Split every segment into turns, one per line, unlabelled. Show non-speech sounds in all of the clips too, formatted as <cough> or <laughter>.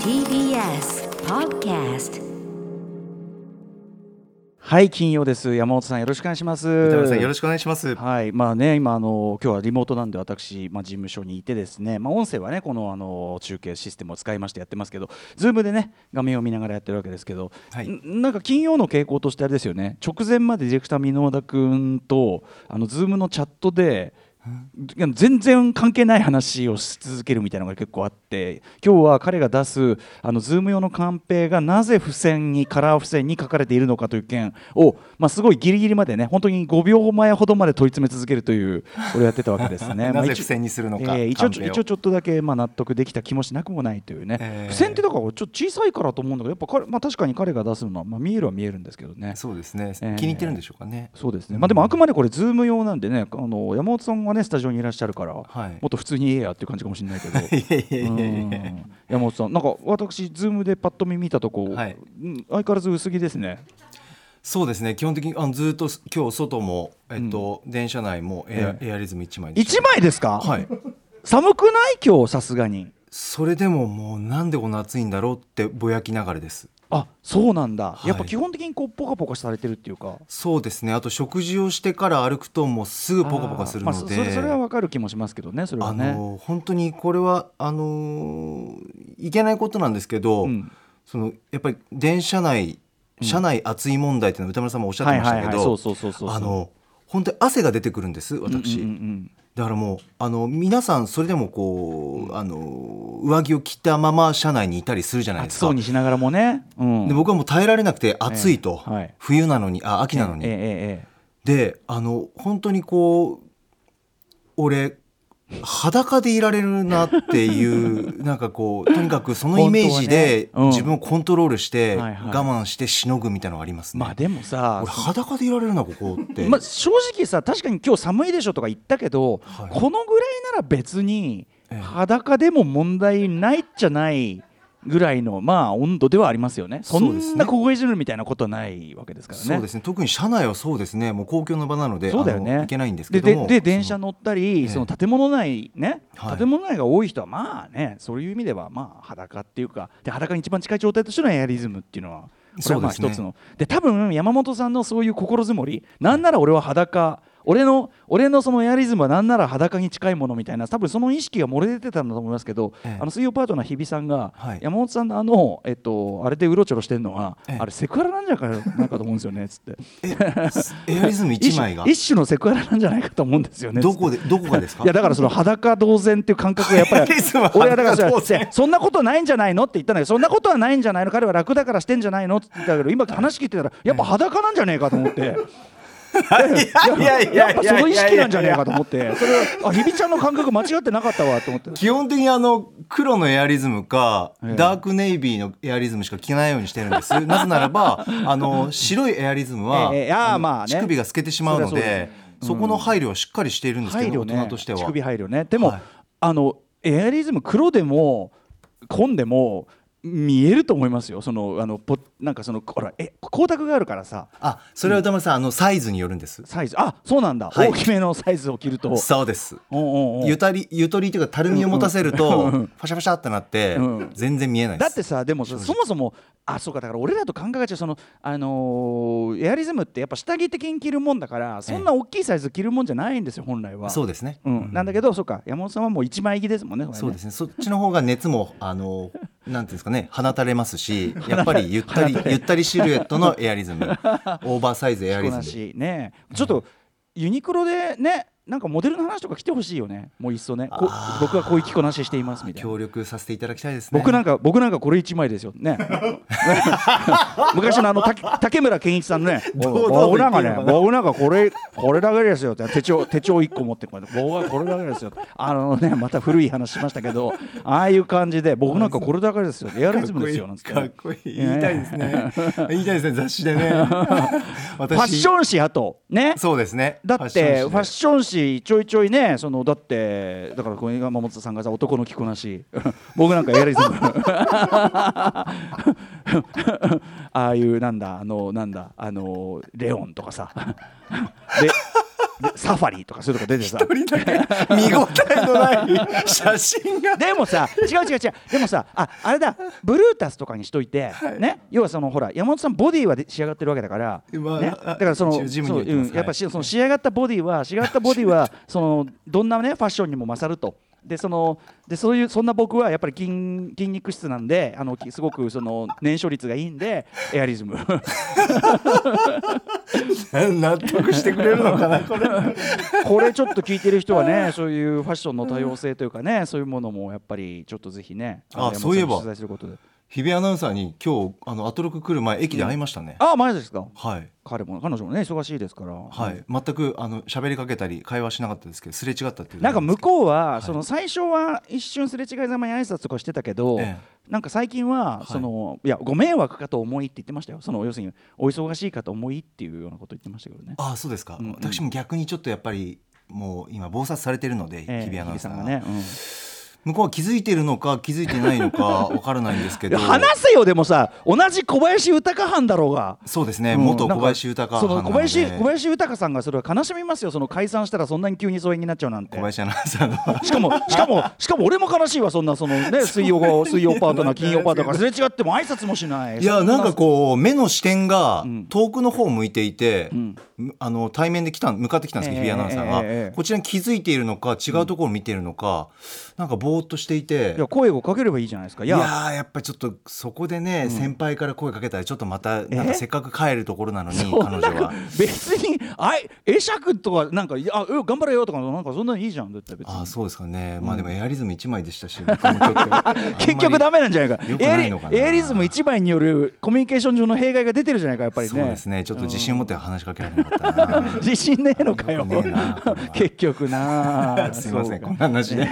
TBS Podcast
はい金曜です山本さんよろしくお願いします
渡辺さんよろしくお願いします。
はいまあね今あの今日はリモートなんで私まあ事務所にいてですねまあ音声はねこのあの中継システムを使いましてやってますけどズームでね画面を見ながらやってるわけですけど、
はい
んなんか金曜の傾向としてあれですよね直前までディレクター箕輪田君とあのズームのチャットで全然関係ない話をし続けるみたいなのが結構あって今日は彼が出すあのズーム用のカンペがなぜ付箋にカラー付箋に書かれているのかという件を、まあ、すごいギリギリまでね本当に5秒前ほどまで問い詰め続けるというこれをやってたわけです
<laughs>
ね。
なぜ
まあ
付箋にするのか
えー一
カ
応
ンペを
一応ちょっとだけまあ納得できた気もしなくもないというね、
えー
付箋ってだからちょっと小さいからと思うんだけどやっぱ彼、まあ、確かに彼が出すのは、まあ、見えるは見えるんですけどね。
そうですね。気
えー
に入ってるんでしょうかね。
そうですね、
うん
まあ、でもあくまでこれ、ズーム用なんでね、あの山本さんがね、スタジオにいらっしゃるから、
はい
もっと普通に言えやっていう感じかもしれないけど、
<laughs> いやいやいや
う
いや。
ん山本さん、なんか私、ズームでパッと見見たとこ、
はい
うん相変わらず薄着ですね、
そうですね。基本的にあのずっと今日外もえっと、電車内もエア、
ええ
エアリズム一枚でした
1枚ですか、
はい。
寒くない、今日さすがに。
それでももうなんでこんな暑いんだろうってぼやきながらです。
あそうなんだ、
はい
やっぱ基本的にこうポカポカされてるっていうか、
そうですね。あと食事をしてから歩くともうすぐポカポカするの
あーまあそ
で。
それそれはわかる気もしますけどね、それは
あ
ね。
の本当にこれはあのいけないことなんですけど、
うん
そのやっぱり電車内車内熱い問題っていうのは歌丸さんもおっしゃっ
は
て
い
まし
はい
た
は
け
い、そう
ど
そうそうそうそう
あの本当に汗が出てくるんです
う
私、
んうんうん
だからもうあの皆さんそれでもこう、あの上着を着たまま車内にいたりするじゃないで
暑
す
そ
か
うにしながらもね、うん、
で僕はもう耐えられなくて暑いと、
ええはい
冬なのにあ秋なのに、
ええええええ
であの本当にこう俺裸でいられるなっていう <laughs> なんかこうとにかくそのイメージで
本当はねうん
自分をコントロールして
はいはい
我慢してしのぐみたいなのがありますね。
まあでもさ
俺裸でいられるなこ
<laughs>
こって、
まあ、正直さ確かに今日寒いでしょとか言ったけど、
はい
このぐらいなら別に
ええ
裸でも問題ないっちゃないぐらいのまあ温度ではありますよねそ
そうです
ん
ね
な凍え死ぬみたいなことはないわけですからね。
そうですね特に車内はそうですねもう公共の場なので
そうだよ
あの
ね。
いけないんです
で
けど
で
も
で電車乗ったり、
え
その建物内ね、
はい
建物内が多い人はまあねそういう意味ではまあ裸っていうかで裸に一番近い状態としてのエアリズムっていうのはこれはまあ
そうですね
一つので,、多分山本さんのそういう心づもりなんなら俺は裸俺の俺のそのエアリズムはなんなら裸に近いものみたいな多分その意識が漏れ出てたんだと思いますけど、
ええ
あの水曜パートナー日比さんが、
はい
山本さんのあの、えっと、あれでうろちょろしてるのは、
ええ
あれセクハラなんじゃないかないかと思うんですよねっつって。
えエアリズム1枚が
一種一種のセクハラなんじゃないかと思うんですよね。
どこでどこがです
<laughs>
か
いやだからその裸同然っていう感覚がやっぱり
<laughs> エアリズムは
俺はだから
裸同
そ
然
れそんなことないんじゃないのって言ったんだけどそんなことはないんじゃないの彼は楽だからしてんじゃないのって言ったけど今話聞いてたらやっぱ裸なんじゃねえかと
<laughs>
思って。
<laughs> いやいやいやいやい
や
や
っぱその意識なんじゃねえかと思ってそれはあ日比ちゃんの感覚間違ってなかったわと思って
基本的にあの黒のエアリズムか、
ええ
ダークネイビーのエアリズムしか着ないようにしてるんですなぜならば
<laughs>
あの白いエアリズムは、
ええええあー
の
まあね
乳首が透けてしまうの
そりゃそう
でそこの配慮はしっかりしているんですけ
配
ど、
慮ね
大人としては
乳首配慮ねでも、
はい
あのエアリズム黒でも紺でも見えると思いますよそのあのポなんかそのほらえ光沢があるからさ
あそれは歌丸さん、あのサイズによるんです
サイズあそうなんだ、
はい
大きめのサイズを着る
<laughs>
と
そうです
うんうんうん
ゆたりゆとりというかたるみを持たせる
う
と、
んうん
パシャパシャってなって、
うん
全然見えないで
だ
す
ってさでもそそもそもあそうかだから俺らと感覚が違うそのあのーエアリズムってやっぱ下着的に着るもんだからそんな大きいサイズ着るもんじゃないんですよ本来は
そうですね、
うんなんだけどそうか山本さんはもう一枚着ですもんね
そうですすねそっちの方が熱もあのなんていうんですかね放たれま
<laughs>
すしやっぱりゆったりゆったりシルエットのエアリズムオーバーサイズエアリ
着こな
ズム
しねちょっとユニクロでねなんかモデルの話とか来てほしいよねもういっそねこ
あー
僕はこういう着こなししていますみたいな
協力させていただきたいですね
僕なんか僕なんかこれ一枚ですよね昔のあの竹竹村健一さんのね
堂々と
僕な
言
んか
ってる
ね
のかな
僕なんかこれこれだけですよって手帳手帳一個持ってこうやって僕はこれだけですよあのねまた古い話しましたけどああいう感じで僕なんかこれだけですよエアリズムですよなんつって
かっこいい言いたいですね言いたいですね雑誌
<laughs>
でね
フ
私
ァッション誌あとね
そうですね
だってファッ
ョン誌で
ション誌ちょいちょいねそのだってだからこれが山本さんがさ男の着こなし <laughs> 僕なんかエアリ <laughs> ズムああいうなんだあのなんだあのレオンとかさ <laughs> ででサファリとかそういうとこ出てさ
一人だけ見応えのない写真が
でもさ違う違う違うでもさああれだブルータスとかにしといて、ね要はそのほら山本さんボディはで仕上がってるわけだから、
まあ
ね、だからその
一応ジムに
そう
は行ってます
うんやっぱし
はい
その仕上がったボディは仕上がったボディ
<laughs>
はそのどんなねファッションにも勝ると。でそのでそういうそんな僕はやっぱり筋筋肉質なんであのきすごくその燃焼率がいいんでエアリズ
<laughs>
ム <laughs>
納得してくれるのかなこれ
これちょっと聞いてる人はねそういうファッションの多様性というかねそういうものもやっぱりちょっとぜひねの
あそういえば
山本さんに取材することで
<laughs> 日比アナウンサーに今日あのアトロク来る前駅で会いましたね、
ああ前ですか
はい
彼も彼女もね忙しいですから、
はい、全くあの喋りかけたり会話しなかったですけどすれ違ったっていう
なんか向こうは、
い
その最初は一瞬すれ違いざまに挨拶とかしてたけど、
え
なんか最近は、
い
そのいやご迷惑かと思いって言ってましたよその要するにお忙しいかと思いっていうようなこと言ってましたけどね。
ああそうですか、
うんうん
私も逆にちょっとやっぱりもう今忙殺されてるので、
ええ
日比アナウンサー
日
が
比ね、うん
向こうは気づいてるのか気づいてない
<laughs>
のかわからないんですけ
いや
ど
話せよでもさ同じ小林豊藩だろうが。
そうですね、
うん
元小林
なん
豊
か
藩
その
なの
小
で
林小林豊さんがそれは悲しみますよその解散したらそんなに急に疎遠になっちゃうなんて
小林アナウンサーの
し
<laughs>
かも、しかも、しかも、俺も悲しいわ、そんな、そのね、水曜が、水曜パートナー、金曜パートナーがすれ違っても、挨拶もしない。
いやなんかこう目の視点が
ん
遠くの方を向いていて、
ん
あの対面で来た向かってきたんですけど、
ええ
日比アナウンサー
え
が、
えええ
こちらに気づいているのか違うところを見ているのか、なんかぼーっとしていて
いや、声をかければいいじゃないですか。い
いや
や、
ーやっぱりちょっとそこでね、先輩から声かけたらちょっとまたなん
え
かせっかく帰るところなのに
<laughs>
彼
そんな
女は
別に、あい、会釈とか、なんか、いやあ、うん頑張れよとか、なんか、そんなのいいじゃん、だって、別
あ
に
あ。そうですかね、まあでもエアリズム一枚でしたし僕もちょっとあんまり
<laughs> 結局ダメなんじゃないか
良く
エア
ない
リ
のかな
エアリズム一枚によるコミュニケーション上の弊害が出てるじゃないかやっぱりね
そうですねちょっと自信を持って話しかけられなかった
<laughs>
な、
自信ねえのかよ
よくねえなこれは
<laughs> 結局な
すいませ
そ
ん
うか
こんな話で、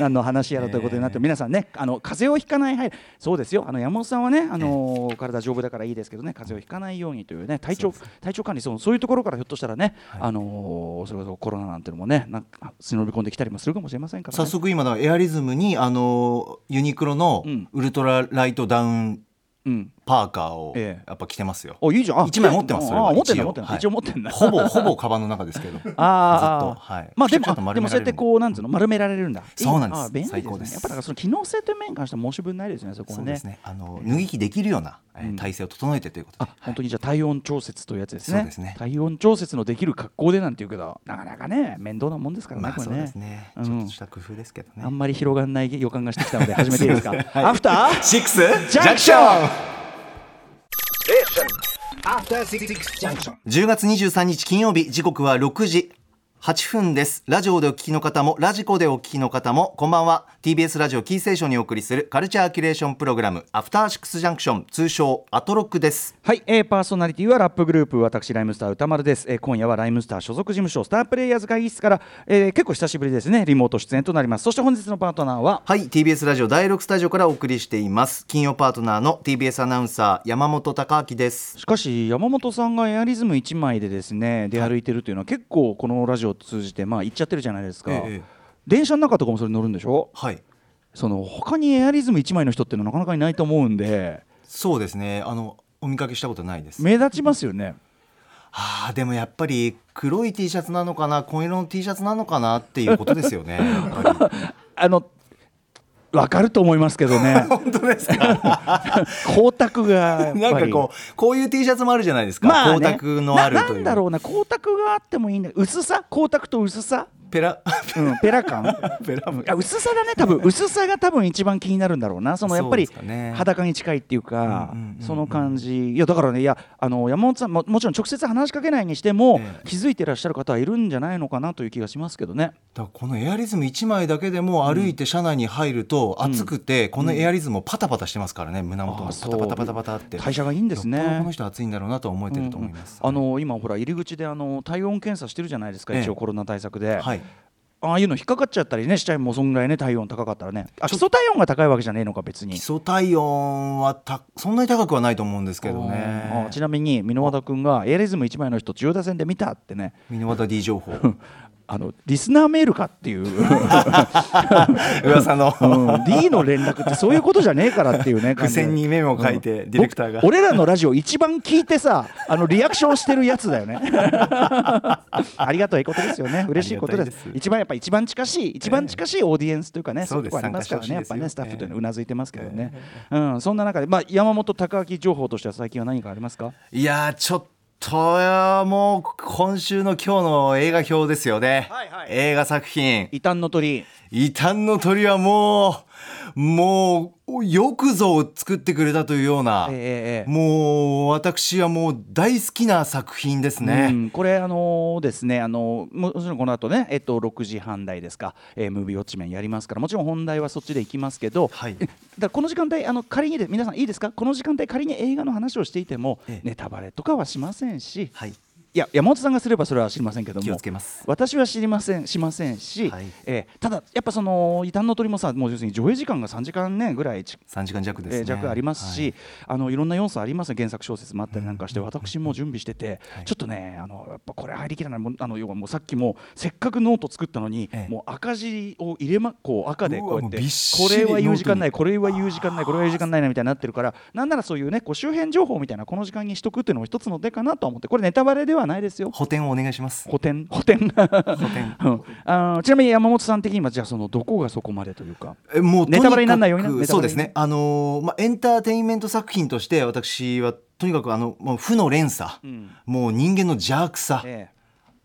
何の話やらということになって、皆さんね、あの風邪をひかない、はい、そうですよ、あの山本さんはね、あのー体丈夫だからいいですけどね、風邪をひかないようにというね、体調、体調管理、そう、そういうところからひょっとしたらね、あのーそれこそコロナなんてのもね、なんか忍び込んできたりもするかもしれませんから、ね。
早速今だからエアリズムにあのユニクロの
うん
ウルトラライトダウン
うん、
パーカーを
ええ
やっぱ着てますよ、
お、いいじゃん、あ
一枚持ってますそれ
あ
は
あ持ってんだ、
一応
持ってんだ、
はい
一応持ってんだ。
ほぼほぼカバンの中ですけどずっ
<laughs> あ
と
ーあー、
はい
まあでも
ちょ
あ
っと
で
丸め
も
ら
そうや
れる
ってこうなんつうの丸められるんだいい
そうなんです
あー便利
最高
で
です
ね
す
やっぱだからその機能性という面に関しては申し分ないですよねそこは
そう
ね
ですねあの脱ぎ着できるような、えー
うん
体勢を整えてということで、
あ本当にじゃあ体温調節というやつですね
そうですね
体温調節のできる格好でなんて言うけどなかなかね面倒なもんですからね、
まあ
これ
そうですね、
うん
ちょっとした工夫ですけどね
あんまり広がんない予感がしてきたので始めていいですか
すいま <laughs> せんはい
アフター
シックスジ
ャンクション
10月23日金曜日時刻は6時8分ですラジオでお聞きの方もラジコでお聞きの方もこんばんは TBS ラジオキーステーションにお送りするカルチャーキュレーションプログラムアフターシックスジャンクション通称アトロックです
はい、えーパーソナリティはラップグループ私ライムスター歌丸です、えー今夜はライムスター所属事務所スタープレイヤーズ会議室から、えー結構久しぶりですねリモート出演となりますそして本日のパートナーは
はい TBS ラジオ第6スタジオからお送りしています金曜パートナーの TBS アナウンサー山本貴明です
しかし山本さんがエアリズム1枚でですね出歩いてるというのは結構このラジオを通じてまあ行っちゃってるじゃないですか、
ええ
電車の中とかもそれ乗るんでしょ
はい
その他にエアリズム1枚の人っていうのはなかなかいないと思うんで
そうですねあのお見かけしたことないです
目立ちますよね
あーでもやっぱり黒い T シャツなのかな紺色の T シャツなのかなっていうことですよねやっぱり
あのわかると思いますけど <laughs> ね
本当ですか
光沢がやっぱり
なんかこうこういう T シャツもあるじゃないですか、
まあね
光沢のある
な
という
なんだろうな光沢があってもいいんだ薄さ光沢と薄さ
ペラ <laughs>
うん、ペラ <laughs> 感
ペラ
うんあ薄さだね多分薄さが多分一番気になるんだろうなそのやっぱり
そうですかね
裸に近いっていうか
うんうんうんうん
その感じいやだからねいやあの山本さんももちろん直接話しかけないにしても、
ええ
気づいてらっしゃる方はいるんじゃないのかなという気がしますけどね
だからこのエアリズム1枚だけでも歩いて車内に入ると暑くて、このエアリズムをパタパタしてますからね胸元
あ
も
ー
パ
そう
タパタパタパタって
代謝がいいんですね
よっぽどこの人暑いんだろうなとは思えてると思います、
うんうんあの今ほら入り口であの体温検査してるじゃないですか、
ええ
一応コロナ対策で、
はい
ああいうの引っかかっちゃったりねしちゃいもうそんぐらいね体温高かったらねあ基礎体温が高いわけじゃねえのか別に
基礎体温はたそんなに高くはないと思うんですけど
あー
ね
ちなみに箕輪田君がエアリズム1枚の人千代田線で見たってね
箕輪田 D 情報
あのリスナーメールかっていう、うん、
噂の
D の連絡ってそういうことじゃねえからって
<laughs>
いうね
付箋にメモを書いてディレクターが
僕俺らのラジオ一番聞いてさあのリアクションしてるやつだ
<laughs>
よねありがたいことですよね嬉しいことです
ありがたいです
一番やっぱ一番近しい一番近しいオーディエンスというかね、
そうです
こはありますからねや
参加
っ
して
ぱ
ほし
ねスタッフ
いですよ
というのはうなずいてますけどね、うん、そんな中で、まあ、山本高明情報としては最近は何かありますか
いやーちょっともう今週の今日の映画表ですよね、
はいはい
映画作品
異端の鳥
異端の鳥はもうもうよくぞ作ってくれたというような、
ええええ
もう私はもう大好きな作品ですね、
うん、これあのーですねあのーももちろんこの後ねえっと6時半台ですか、えームービーウォッチメンやりますからもちろん本題はそっちで行きますけど、
はい
えだからこの時間帯あの仮にで皆さんいいですかこの時間帯仮に映画の話をしていても、
ええ
ネタバレとかはしませんし、
はい
いや山本さんがすればそれは知りませんけども
気をつけます
私は知りませんしませんし、
はい
えーただやっぱその異端の鳥もさもう要するに上映時間が3時間ねぐらいち
3時間弱ですね、
えー弱ありますし、
はい
い、あのいろんな要素ありますね原作小説もあったりなんかして、私も準備してて、ちょっとねあのやっぱこれ入りきらないもうあの要はもうさっきもせっかくノート作ったのに、
ええ
もう赤字を入れまこう赤でこうやっ
うわも
て
うびっ
こ
しり
れは言う時間ない
ノートに
これは言う時間ないこれは言う時間ないなみたいになってるからなんならそういうねこう周辺情報みたいなこの時間にしとくっていうのも一つの手かなとは思ってこれネタバレではないですよ。
補填をお願いします
補填補填 <laughs> うんあーちなみに山本さん的にはじゃあそのどこがそこまでというか
えもう
ネタバレにならないようにな
とかく
ネタ
そう
バ
で
レに
すねあのーまあエンターテインメント作品として私はとにかくあのもう負の連鎖、
ん
もう人間の邪悪さ、
え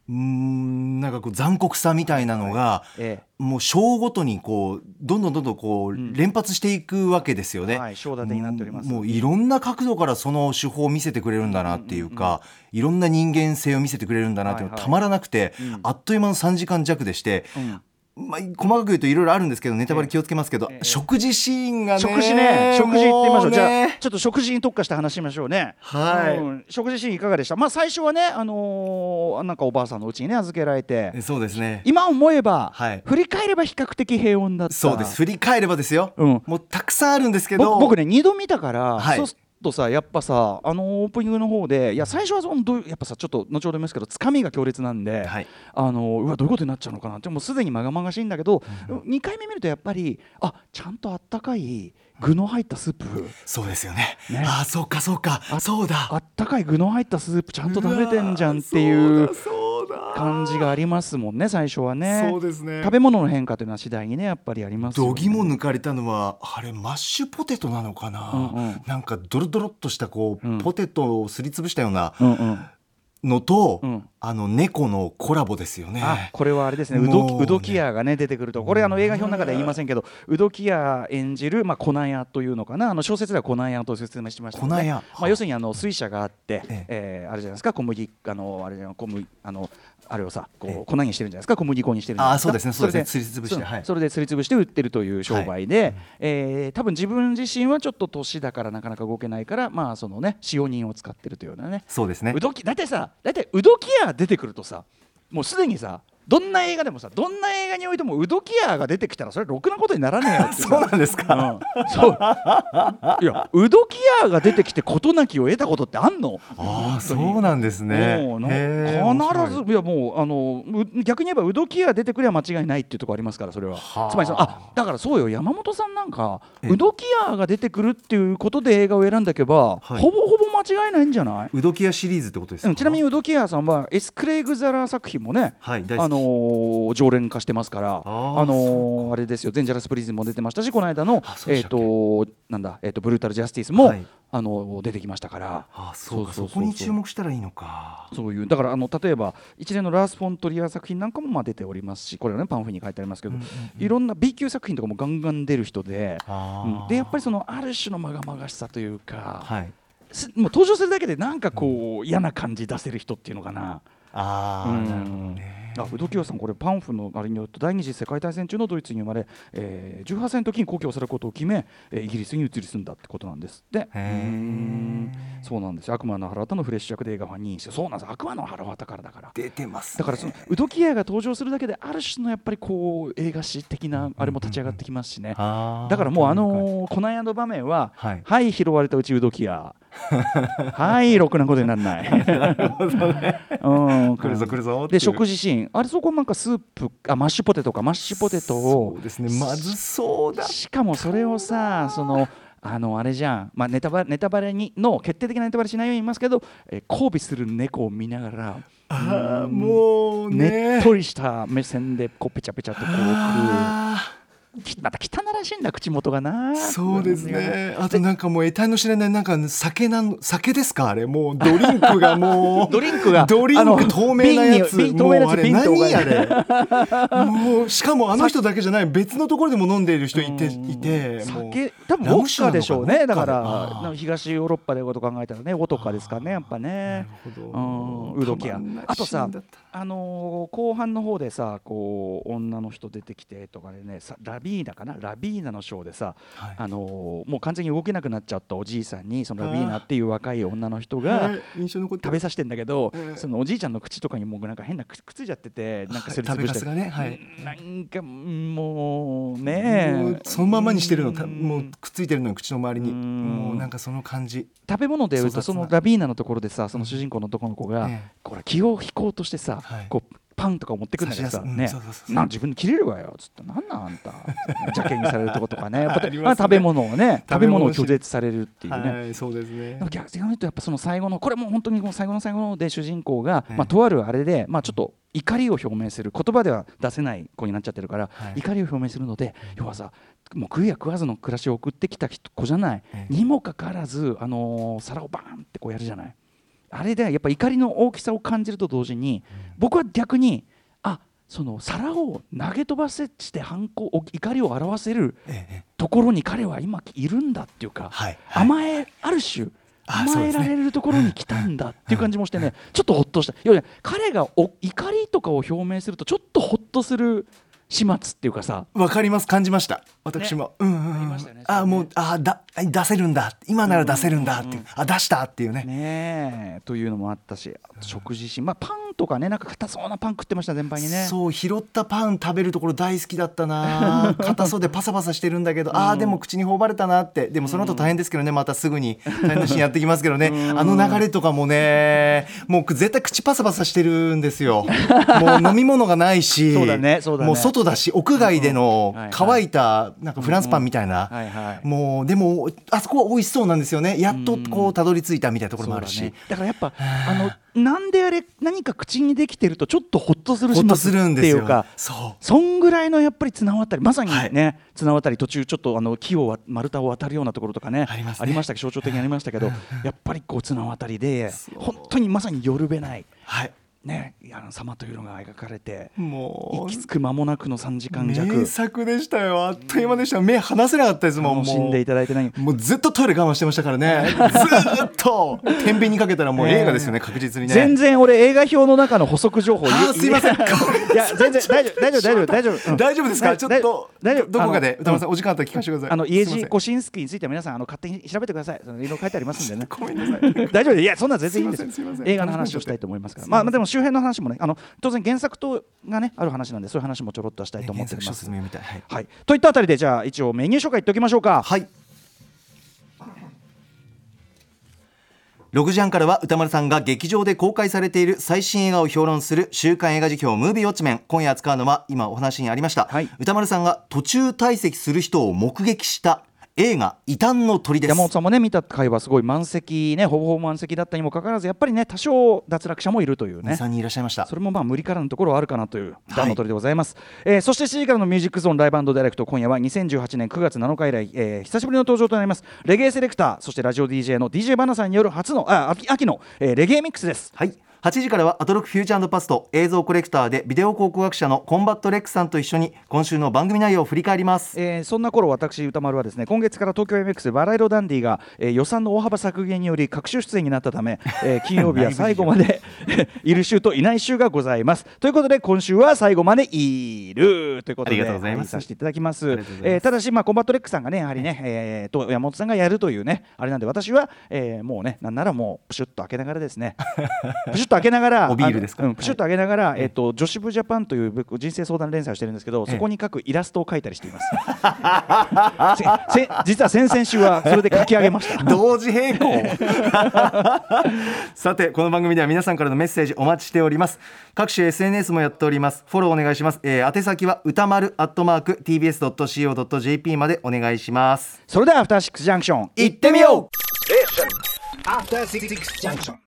うーんなんかこう残酷さみたいなのが、
えええ
もう章ごとにこうどんどんどんどんこう連発していくわけですよね。
はい章立てになっております
もうもういろんな角度からその手法を見せてくれるんだなっていうか、いろんな人間性を見せてくれるんだなっていうの
はいはい
たまらなくて、
うん
あっという間の3時間弱でして。
うん
まあ、細かく言うといろいろあるんですけどネタバレ気をつけますけど、
ええ
食事シーンがね
食事ね、食事行ってみましょう。じゃあ
もね
ちょっと食事に特化した話しましょうね。
はい
うん食事シーンいかがでした？まあ最初はね、あのーなんかおばあさんの家にね預けられて、
そうですね
今思えば、
はい
振り返れば比較的平穏だった。
そうです振り返ればですよ、
うん
もうたくさんあるんですけど
僕僕ね二度見たから、
はい
そうするとさやっぱさあのオープニングの方でいや最初はそのどういうやっぱさちょっと後ほど見ますけどつかみが強烈なんで、
はい
あのうわどういうことになっちゃうのかなってもうすでにまがまがしいんだけど、二回目見るとやっぱりあちゃんとあったかい具の入ったスープ。
そうですよね
ね
ああそうかそうか
あ
そうだ
あったかい具の入ったスープちゃんと食べてんじゃんっていう
わーそうだそうだ
感じがありますもんね最初はね
そうですね
食べ物の変化というのは次第にねやっぱりありますよね
どぎも抜かれたのはあれマッシュポテトなのかな、
うんうん
なんかドロドロっとしたこう、
うん
ポテトをすりつぶしたような
うんうん
のと、
うん
あの猫のコラボですよね
あこれはあれですねう
も
ど
う
き
ね
うどき屋がね出てくるとこれあの映画表の中では言いませんけどうどき屋演じるまあ粉屋というのかなあの小説では粉屋と説明してましたけどね
粉屋
まあ要するにあの水車があって
ええ
えーあれじゃないですか小麦あのあれじゃん小麦あのあれをさこう粉にしてるんじゃないですか小麦粉にしてるんじゃないか
あそうですねそうですね
れ
すりつぶして
そう
はい
それですりつぶして売ってるという商売で、えー多分自分自身はちょっと年だからなかなか動けないからまあそのね使用人を使ってるというようなね
そうですね
うどき大体さ大体うどき屋出てくるとさもうすでにさどんな映画でもさどんな映画においてもうどき屋が出てきたらそれろくなことにならねえよってい
<laughs> そうなんですか、
うんそういやうどき屋が出てきて事なきを得たことってあんの
ああそうなんですね
もうな
へー
必ずいやもうあのう逆に言えばうどき屋出てくれば間違いないっていうところありますからそれは
はあ
つまりそのあだからそうよ山本さんなんか
ええ
うどき屋が出てくるっていうことで映画を選んだけば、
はい
ほぼほぼ間違いないんじゃないう
どき屋シリーズってことですか、
うんちなみにウドキアさんはエス・クレイグ・ザラー作品もね、
はい大好き
あのー常連化してますから
ー
あのーあれですよ「デンジャラス・プリズン」も出てましたしこの間の
あそうで
え
し
った
っけ
となんだえっとブルータル・ジャスティスも、
はい
あのー出てきましたから。
ああそうか
そそうそ
そう
うそう
こに注目したらいいのか
そういうだからあの例えば一連のラース・フォントリア作品なんかもまあ出ておりますしこれはねパンフに書いてありますけど、いろんな B 級作品とかもガンガン出る人で、
あ
う
ー
んでやっぱりそのある種のまがまがしさというか、
はい
すもう登場するだけでなんかこう嫌な感じ出せる人っていうのかな。
ああ、なるほどね
あ不動清さん、これパンフのあれによると第二次世界大戦中のドイツに生まれ、えー、18歳の時に故郷を去ることを決め、えーイギリスに移り住んだってことなんですって
へー
そうなんですよ悪魔の腹渡のフレッシュ役で映画ファンにしてそうなんです悪魔の腹渡からだから
出てます、ね、
だからそのウドキアが登場するだけである種のやっぱりこう映画史的なあれも立ち上がってきますしね
あー
だからもうあのー、この間の場面は、
は
はいい、拾われたうちウドキアはいろくなことにならない。
<laughs>
なるほどね。うん、
来るぞ来るぞっ
で
ていう
食事シーンあれそこなんかスープあマッシュポテトかマッシュポテトを
そうですねまずそうだ
しかもそれをさそのあのあれじゃん、まあ、ネタバレネタバレにの決定的なネタバレしないように言いますけど、えー交尾する猫を見ながら
あーもう
ね
ね
っとりした目線でこうペチャペチャとこう食
あ
うきまた汚らしいんだ口元がな
ーそうですねあとなんかもう得体の知れないなんか酒なん酒ですかあれもうドリンクが
<laughs>
もう
ドリンクが
ドリン
あの
ク透明なやつ
瓶に瓶
も
透
う
明なやつ
あれ
瓶と
何
かね
あれ
<laughs>
もうしかもあの人だけじゃない別のところでも飲んでいる人いていてもう
酒多分ウ
ラ
ォ
ム
ッ
酒な
カ
のか
でしょうねだから
ウォッカであー
なんか東ヨーロッパでこと考えたらねウォとかですかねやっぱね
なる
う
ほど
んウドキ
た
ア
まんない
あと
シー
さ
ンだった
あのー後半の方でさこう女の人出てきてとかでねさラビーナかなラビーナのショーでさ、
はい
あのーもう完全に動けなくなっちゃったおじいさんにそのラビーナっていう若い女の人が
はい印象残って
食べさせてんだけど、
ええ
そのおじいちゃんの口とかにもうなんか変なくくっついちゃっててなんかすりつぶしたり
食べかすがねはい
なんかもうね
もうそのままにしてるのた
うん
もうくっついてるのよ口の周りに
うん
もうなんかその感じ
食べ物でいうと
粗雑
そ
な
のラビーナのところでさその主人公の男の子が、
ええ
これ気を引こうとしてさ、
はい
こうパンとか持ってくんだけどさ、
差し出すうん
ね
そうそうそうそう
なん自分で切れるわよっつってなんなんあんた邪険にされるとことかねやっぱ
<laughs> ありますね
まあ食べ物をね
食
食
べ
べ
物
物
を
を拒絶されるっていうね。
はいそうですね
でも逆に言うとやっぱその最後のこれもう本当にもう最後の最後ので主人公が、
ええ
まあ、とあるあれで、まあ、ちょっと怒りを表明する言葉では出せない子になっちゃってるから、
はい
怒りを表明するので要はさもう食いや食わずの暮らしを送ってきた人子じゃない、
ええ
にもかかわらず、あのー皿をバーンってこうやるじゃないあれでやっぱ怒りの大きさを感じると同時に、僕は逆にあその皿を投げ飛ばせして反抗お怒りを表せる
ええええ
ところに彼は今いるんだっていうか、
はいはい
甘えある種
あそ
甘
うで
え
す
ら
ね
れるところに来たんだっていう感じもしてね、ちょっとほっとした、要はね彼がお怒りとかを表明すると、ちょっとほっとする始末っていうかさ、
わかります感じました私も、うんうんうん
ありましたよねそ
あ
れね
もうあだ出せるんだ今なら出せるんだっていう,、あ出したっていうね
ねえというのもあったし、あと食事シーン、まあ、パンとかね、なんか硬そうなパン食ってました、全般にね。
そう拾ったパン食べるところ大好きだっ
<laughs>
たな硬そうでパサパサしてるんだけど、ああでも口に頬張れたなってでもその後大変ですけどねまたすぐに大変なシーンやってきますけどね、あの流れとかもねもう絶対口パサパサしてるんです
<laughs>
よもう飲み物がないし
そうだねそうだね
もう外だし屋外での
うんはいはい
乾いたなんかフランスパンみたいな、
はいはい
もうでもあそこは美味しそうなんですよねやっとこうたどり着いたみたいなところもあるし、
そうだねだからやっぱあのなんであれ何か口にできてるとちょっとほっとする
ほ
始
っとす
末
るん
って
です
い
よ
うか
そう
そんぐらいのやっぱり綱渡りまさに
はい
ね、綱渡り途中ちょっとあの木をわ丸太を渡るようなところとかね
ありますね
したけど象徴的にありましたけどやっぱりこう綱渡りで本当にまさに寄るべない。
はい
ね、あの様というのが描かれて
もう
息つく間もなくの3時間弱
名作でしたよあっという間でした目離せなかったですもん
楽しんでいただいてない
もうもうずっとトイレ我慢してましたからねずーっと天秤にかけたら
<laughs>
もう映画ですよね、確実にね
全然俺映画表の中の補足情報言え
あーすいません
いや全然大丈夫大丈夫大丈夫大丈夫うん
<laughs> 大丈夫ですか
大
ち
丈
ょ
夫
っと
大丈夫
どこか
あ
で
の
歌丸さん
う
お時間あったら聞かせてください
あの家路
ご
コシンスキーについては皆さんあの勝手に調べてくださいそのいろいろ書いてありますんでね
ごめんなさい
大丈夫ですいやそんなの全然いいんです
すいませんすいません
映画の話をしたいと思いますからまあまあでも周辺の話もねあの当然原作とがねある話なんでそういう話もちょろっとしたい <laughs> と思っておりま
小
す、
説も読みたいはい、
はいといったあたりでじゃあ一応メニュー紹介いっておきましょうか
はい6時半からは歌丸さんが劇場で公開されている最新映画を評論する週刊映画辞表ムービーウォッチメン今夜扱うのは今お話にありました、
はい
歌丸さんが途中退席する人を目撃した映画「異端の鳥」です
山本さんもね見た回はすごい満席ねほぼほぼ満席だったにもかかわらずやっぱりね多少脱落者もいるというね
23人いらっしゃいました
それもまあ無理からのところはあるかなという段の取りでございます、えーそして7時からのミュージックゾーンライブダイレクト今夜は2018年9月7日以来、えー久しぶりの登場となりますレゲエセレクターそしてラジオ DJ の DJ バナさんによる初のあ秋秋の、えーレゲエミックスです
はい8時からはアトロックフューチャーパスト映像コレクターでビデオ考古学者のコンバットレックさんと一緒に今週の番組内容を振り返ります
えーそんな頃私歌丸はですね今月から東京 MX バラ色ダンディが、えー予算の大幅削減により各種出演になったため、
<laughs>
えー金曜日は最後まで <laughs> いる週といない週がございますということで今週は最後までいるということで
ありがとうございます
はさせていただきます
ありがとうございます
えーただしまあコンバットレックさんがねやはりね、えーと山本さ
<laughs>
んがやるというねあれなんで私は、えーもうねなんならもうプシュッと開けながらですねプシュュッと開けながら、
おビールですか
あのうんプシュッと開けながら、えっと女子部ジャパンという僕人生相談連載をしてるんですけど、そこに書くイラストを描いたりしています。せ
<laughs>
せ実は先々週はそれで書き上げました。
同時並行さてこの番組では皆さんからのメッセージお待ちしております各種 SNS もやっておりますフォローお願いします、えー、宛先は歌丸アットマーク tbs.co.jp までお願いします
それではアフターシックスジャンクション。
行ってみよう